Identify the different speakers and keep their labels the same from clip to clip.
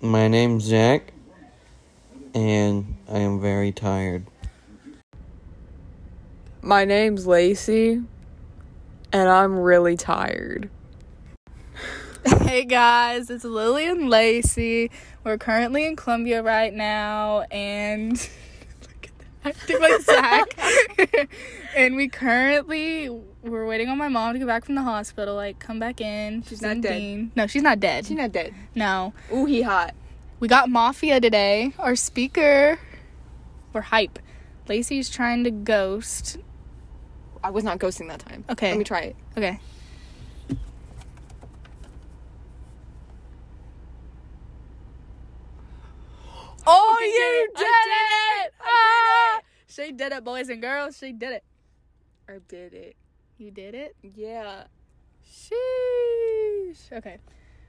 Speaker 1: My name's Jack, and I am very tired.
Speaker 2: My name's Lacey, and I'm really tired.
Speaker 3: Hey guys, it's Lily and Lacey. We're currently in Columbia right now, and look at that. I did my sack. and we currently we're waiting on my mom to get back from the hospital. Like, come back in. She's
Speaker 2: not
Speaker 3: in
Speaker 2: dead.
Speaker 3: Dean. No, she's not dead.
Speaker 2: not dead.
Speaker 3: no,
Speaker 2: Ooh, he hot.
Speaker 3: we got Mafia today. Our speaker. We're hype. Lacey's trying to ghost.
Speaker 2: I was not ghosting that time.
Speaker 3: Okay.
Speaker 2: Let me try it.
Speaker 3: Okay. Oh,
Speaker 2: Okay,
Speaker 3: you
Speaker 2: dude,
Speaker 3: did,
Speaker 2: I
Speaker 3: it! Ah! She did it, boys and girls. She did it.
Speaker 2: I did it.
Speaker 3: You did it?
Speaker 2: Yeah.
Speaker 3: Sheesh. Okay.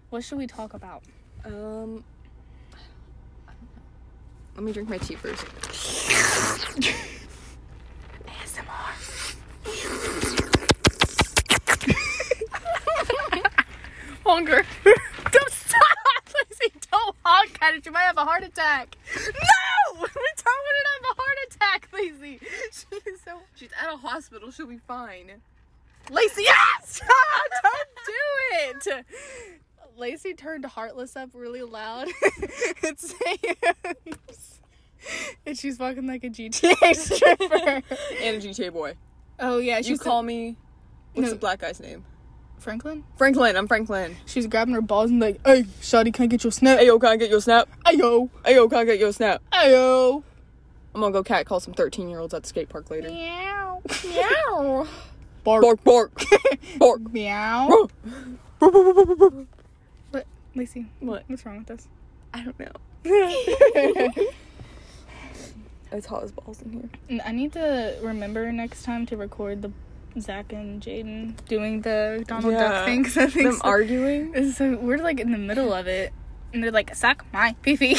Speaker 3: What should we talk about?
Speaker 2: Um. Let me drink my tea first.
Speaker 3: Hunger. don't stop! Lizzie, don't honk at it. You might have a heart attack. No! We don't want her to have a heart attack, Lizzie. She is so
Speaker 2: She's at a hospital. She'll be fine.
Speaker 3: Lacey, ah, stop! Don't do it! Lacey turned Heartless up really loud. it's and she's walking like a GTA stripper.
Speaker 2: And a GTA boy.
Speaker 3: oh yeah, she's
Speaker 2: You call me. What's
Speaker 3: No.
Speaker 2: the black guy's name?
Speaker 3: Franklin.
Speaker 2: Franklin. I'm Franklin.
Speaker 3: She's grabbing her balls and like, hey, Shotty, can I get your snap?
Speaker 2: Ayo, can I get your snap?
Speaker 3: Ayo,
Speaker 2: Ayo, can I get your snap?
Speaker 3: ayo.
Speaker 2: I'm gonna go cat call some 13 year olds at the skate park later.
Speaker 3: Meow, meow. Bark,
Speaker 2: Bark, bark, bark.
Speaker 3: meow.
Speaker 2: Bark, bark, bark, bark, bark, bark.
Speaker 3: But Lacey,
Speaker 2: What?
Speaker 3: what's wrong with us?
Speaker 2: I don't know. It's hot as balls in here.
Speaker 3: N- I need to remember next time to record the Zach and Jaden doing the Donald
Speaker 2: Yeah.
Speaker 3: Duck thing. 'cause I think
Speaker 2: Them
Speaker 3: so-
Speaker 2: arguing.
Speaker 3: it's so, we're like in the middle of it, and they're like, "Suck my pee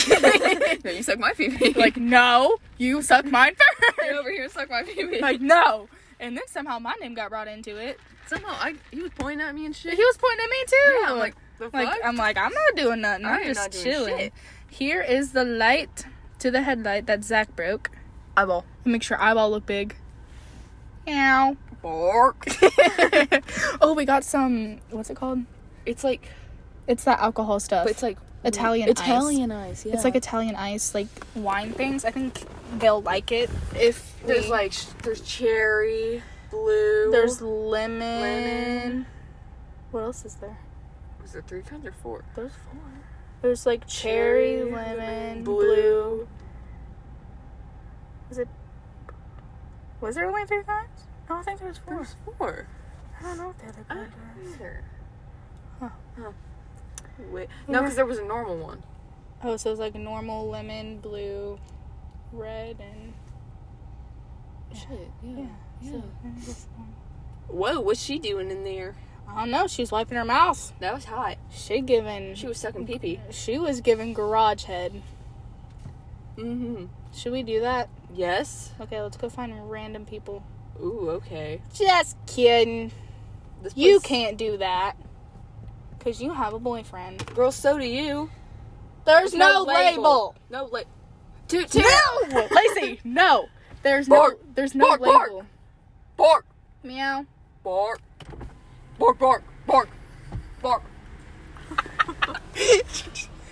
Speaker 2: no, you suck my pee
Speaker 3: like, no, you suck mine
Speaker 2: you're
Speaker 3: first.
Speaker 2: over here, suck my pee
Speaker 3: like, no. And then somehow my name got brought into it.
Speaker 2: somehow I he was pointing at me and
Speaker 3: He
Speaker 2: shit.
Speaker 3: was pointing at me too.
Speaker 2: Yeah, I'm like the fuck.
Speaker 3: Like, I'm like, I'm not doing nothing.
Speaker 2: I
Speaker 3: I'm
Speaker 2: am
Speaker 3: just
Speaker 2: not doing
Speaker 3: chilling.
Speaker 2: shit.
Speaker 3: Here is the light to the headlight that Zach broke.
Speaker 2: eyeball.
Speaker 3: Make sure eyeball look big. Meow.
Speaker 2: Bark.
Speaker 3: oh, we got some. What's it called?
Speaker 2: It's like,
Speaker 3: Oh, It's that alcohol stuff.
Speaker 2: but it's like
Speaker 3: Italian ice.
Speaker 2: Italian ice. Yeah.
Speaker 3: It's like Italian ice, like wine things. I think they'll like it if
Speaker 2: there's
Speaker 3: we-
Speaker 2: like sh- there's cherry, blue.
Speaker 3: there's lemon.
Speaker 2: Lemon.
Speaker 3: What else is there?
Speaker 2: was there three kinds or four?
Speaker 3: There's four. There's like cherry, lemon, blue. Was there only three kinds? I don't think there was four. Ah.
Speaker 2: There's four.
Speaker 3: I don't know what the other
Speaker 2: I
Speaker 3: kind
Speaker 2: don't
Speaker 3: was.
Speaker 2: either.
Speaker 3: Huh.
Speaker 2: Huh. Wait. No, because there was a normal one.
Speaker 3: Oh, so it's like normal lemon, blue, red, and
Speaker 2: Shit.
Speaker 3: yeah.
Speaker 2: yeah.
Speaker 3: So-
Speaker 2: Whoa, what's she doing in there?
Speaker 3: I don't know. She was wiping her mouth.
Speaker 2: That was hot.
Speaker 3: She giving.
Speaker 2: She was sucking pee pee.
Speaker 3: She was giving garage head.
Speaker 2: Mm-hmm.
Speaker 3: Should we do that?
Speaker 2: Yes.
Speaker 3: Okay, let's go find random people.
Speaker 2: Ooh, okay.
Speaker 3: Just kidding.
Speaker 2: This
Speaker 3: You
Speaker 2: place-
Speaker 3: can't do that. Because you have a boyfriend.
Speaker 2: Girl, so do you.
Speaker 3: There's no, label.
Speaker 2: label. No like Toot toot.
Speaker 3: No! Lacey, no. There's no,
Speaker 2: Bark.
Speaker 3: there's no
Speaker 2: Bark, bark.
Speaker 3: label.
Speaker 2: Bark.
Speaker 3: Meow.
Speaker 2: Bark. Bark, bark, bark, bark.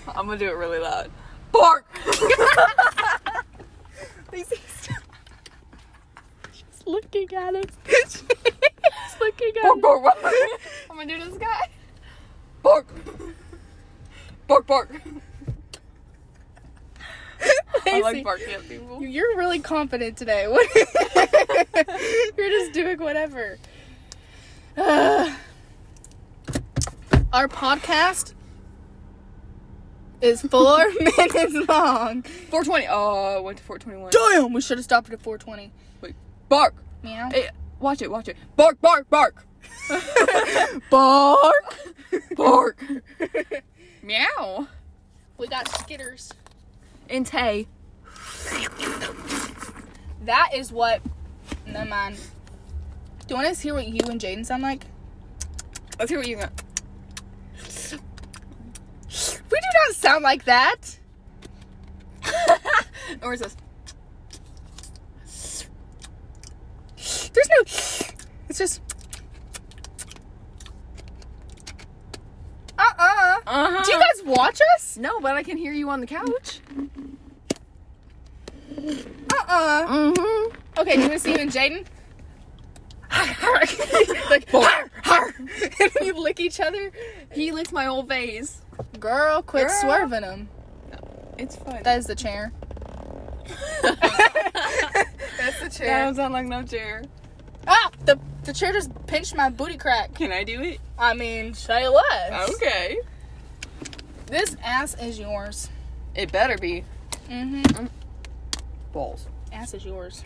Speaker 2: I'm gonna do it really loud. Bark!
Speaker 3: Lacey, stop. She's looking at us. She's looking at
Speaker 2: bark,
Speaker 3: us.
Speaker 2: bark, bark.
Speaker 3: I'm gonna do this guy.
Speaker 2: Bark! Bark, bark. I
Speaker 3: Lacey,
Speaker 2: like barking at people.
Speaker 3: You're really confident today. What- You're just doing whatever. Ugh. our podcast is four minutes long.
Speaker 2: 420. Oh, I went to 421.
Speaker 3: Damn, we should have stopped it at 420.
Speaker 2: Bark!
Speaker 3: Meow.
Speaker 2: Hey, watch it, watch it. Bark, bark, bark!
Speaker 3: bark.
Speaker 2: Bark! Meow!
Speaker 3: We got skitters.
Speaker 2: And Tay.
Speaker 3: That is what. Never mind. Do you want to hear what you and Jaden sound like?
Speaker 2: Let's hear what you got.
Speaker 3: We do not sound like that. or is this? There's no. It's just. Uh uh
Speaker 2: Uh-huh.
Speaker 3: Do you guys watch us?
Speaker 2: No, but I can hear you on the couch.
Speaker 3: Uh uh
Speaker 2: Mm-hmm.
Speaker 3: Okay, do you want to see you and Jaden? like, har, har. and we lick each other.
Speaker 2: He licked my whole face.
Speaker 3: Girl, quit
Speaker 2: Girl.
Speaker 3: swerving him.
Speaker 2: It's fun.
Speaker 3: That is the chair. That's the
Speaker 2: That
Speaker 3: chair.
Speaker 2: don't sound like no chair.
Speaker 3: ah, the the chair just pinched my booty crack.
Speaker 2: Can I do it?
Speaker 3: I mean, say less.
Speaker 2: Okay.
Speaker 3: This ass is yours.
Speaker 2: It better be
Speaker 3: Mm-hmm.
Speaker 2: balls.
Speaker 3: Ass is yours.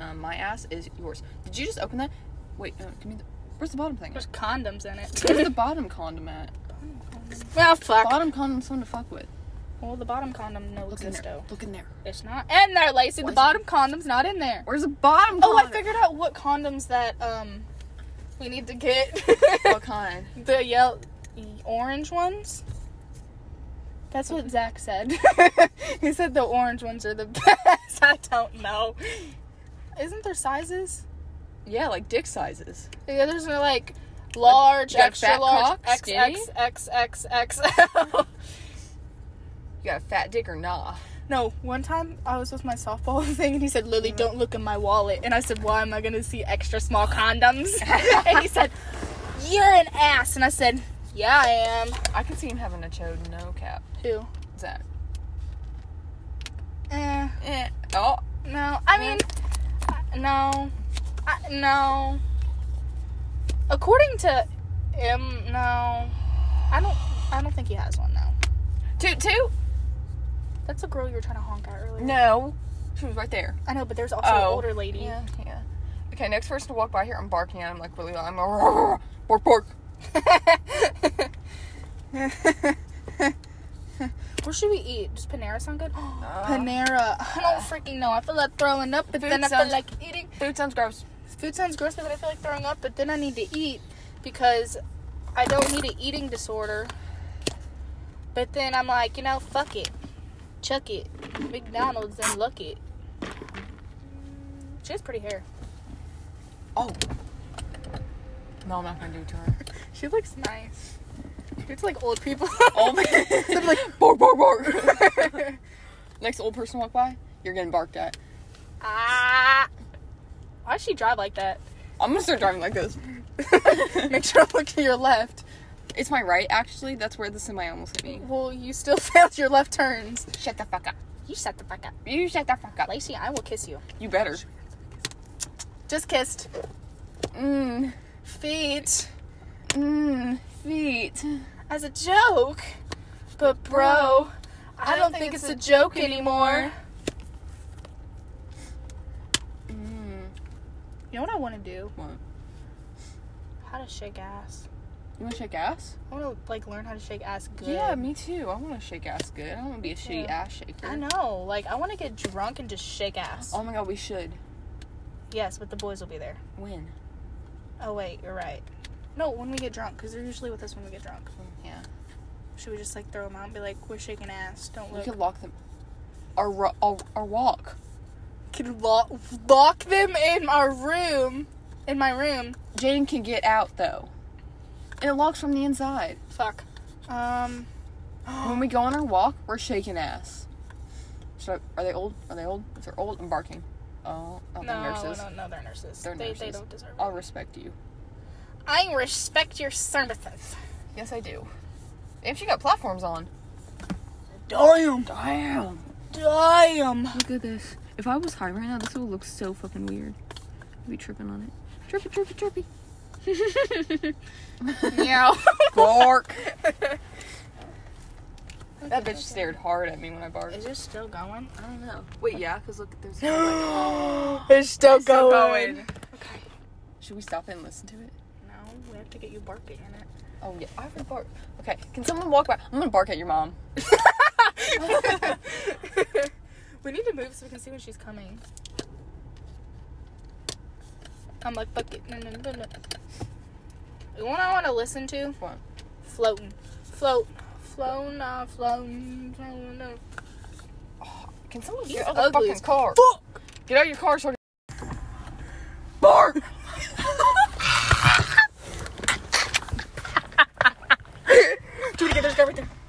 Speaker 2: Um, my ass is yours. Did you just open that? Wait, no, give me the. Where's the bottom thing?
Speaker 3: There's condoms in
Speaker 2: Where's the
Speaker 3: it.
Speaker 2: bottom condom at?
Speaker 3: well, fuck.
Speaker 2: Bottom condom's something to fuck with.
Speaker 3: Well, the bottom condom no
Speaker 2: Look in
Speaker 3: exists
Speaker 2: there.
Speaker 3: though.
Speaker 2: Look in there.
Speaker 3: It's not in there, Lacey.
Speaker 2: Why
Speaker 3: The
Speaker 2: is
Speaker 3: bottom condom's not in there.
Speaker 2: Where's the bottom
Speaker 3: Oh, I
Speaker 2: condom?
Speaker 3: figured out what condoms that um we need to get.
Speaker 2: What kind?
Speaker 3: the yellow, orange ones. That's what Zach said. he said the orange ones are the best. I don't know. Isn't there sizes?
Speaker 2: Yeah, like dick sizes.
Speaker 3: The others are like large,
Speaker 2: you got
Speaker 3: extra
Speaker 2: fat
Speaker 3: large,
Speaker 2: cock,
Speaker 3: X
Speaker 2: skinny?
Speaker 3: X X X XL.
Speaker 2: You got a fat dick or nah?
Speaker 3: No, one time I was with my softball thing and he said, Lily, don't look in my wallet. And I said, Why am I going to see extra small condoms? and he said, You're an ass. And I said, Yeah, I am.
Speaker 2: I can see him having a chode, no cap.
Speaker 3: Who?
Speaker 2: Zach.
Speaker 3: Eh,
Speaker 2: Eh. Oh.
Speaker 3: no. I mean, I- no. I, no. According to M, no. I don't. I don't think he has one now.
Speaker 2: Toot toot.
Speaker 3: That's a girl you were trying to honk at earlier.
Speaker 2: No. She was right there.
Speaker 3: I know, but there's also an
Speaker 2: Oh.
Speaker 3: older lady.
Speaker 2: yeah. Okay, next person to walk by here, I'm barking at him like really loud. I'm a bark bark.
Speaker 3: What should we eat? Just Panera sound good?
Speaker 2: Uh,
Speaker 3: Panera. I don't freaking know. I feel like throwing up, but
Speaker 2: Food
Speaker 3: then I feel
Speaker 2: sounds-
Speaker 3: like eating.
Speaker 2: Food sounds gross.
Speaker 3: Food sounds gross, but then I feel like throwing up, but then I need to eat because I don't need an eating disorder. But then I'm like, you know, fuck it. Chuck it. McDonald's and look it. She has pretty hair.
Speaker 2: Oh. No, I'm not gonna do it to her.
Speaker 3: She looks nice. It's like old people.
Speaker 2: Old Oh, man. like bark bark bark. next old person walk by, you're getting barked at.
Speaker 3: ah. Why does she drive like that?
Speaker 2: I'm gonna start driving like this.
Speaker 3: Make sure to look to your left.
Speaker 2: It's my right, actually. That's where the semi almost hit me.
Speaker 3: Well, you still failed your left turns.
Speaker 2: Shut the fuck up.
Speaker 3: You shut the fuck up.
Speaker 2: You shut the fuck up.
Speaker 3: Lacey, I will kiss you.
Speaker 2: You better.
Speaker 3: Just kissed.
Speaker 2: Mmm.
Speaker 3: Feet.
Speaker 2: Mmm. Feet.
Speaker 3: As a joke. But, bro, I don't think it's a joke anymore.
Speaker 2: Mmm.
Speaker 3: You know what I want to do?
Speaker 2: What?
Speaker 3: How to shake ass.
Speaker 2: You wanna shake ass?
Speaker 3: I want to, like, learn how to shake ass good.
Speaker 2: Yeah, me too. I wanna shake ass good. I don't wanna be a shitty ass shaker.
Speaker 3: I know. Like, I want to get drunk and just shake ass.
Speaker 2: Oh my god, we should.
Speaker 3: Yes, but the boys will be there.
Speaker 2: When?
Speaker 3: Oh, wait, you're right. No, when we get drunk, because they're usually with us when we get drunk.
Speaker 2: Yeah.
Speaker 3: Should we just, like, throw them out and be like, we're shaking ass. Don't
Speaker 2: We
Speaker 3: look.
Speaker 2: could lock them. Or, ru- or, or walk.
Speaker 3: can lock, lock them in our room. In my room.
Speaker 2: Jaden can get out though. And it locks from the inside.
Speaker 3: Fuck. Um,
Speaker 2: When we go on our walk, we're shaking ass. Should I, are they old? Are they old? If they're old, I'm barking. Oh, oh
Speaker 3: no,
Speaker 2: they're nurses.
Speaker 3: no, no, they're nurses.
Speaker 2: They're
Speaker 3: they, they
Speaker 2: nurses.
Speaker 3: don't deserve it.
Speaker 2: I'll respect you.
Speaker 3: I respect your services.
Speaker 2: Yes, I do. If she got platforms on.
Speaker 3: Damn.
Speaker 2: Damn.
Speaker 3: Damn.
Speaker 2: Look at this. If I was high right now, this would look so fucking weird. I'd be tripping on it. Trippy, trippy, trippy.
Speaker 3: Meow.
Speaker 2: Bark. that bitch stared hard at me when I barked.
Speaker 3: Is it still going?
Speaker 2: I don't know. Wait, yeah, because look, there's.
Speaker 3: It's still
Speaker 2: Still
Speaker 3: going.
Speaker 2: going.
Speaker 3: Okay.
Speaker 2: Should we stop it and listen to it?
Speaker 3: No, we have to get you barking in it.
Speaker 2: Oh yeah, I would bark. Okay, can someone walk by? I'm gonna bark at your mom.
Speaker 3: we need to move so we can see when she's coming. I'm like, fuck it. No, no, no, no. The one I want to listen to?
Speaker 2: What?
Speaker 3: Floating. Float. flown, I've flown, flown. I've-
Speaker 2: Can someone
Speaker 3: You're
Speaker 2: get out of the
Speaker 3: ugly
Speaker 2: fucking
Speaker 3: as
Speaker 2: car? Get out of your car, so
Speaker 4: Bark!
Speaker 2: Do it again. There's a guy right there.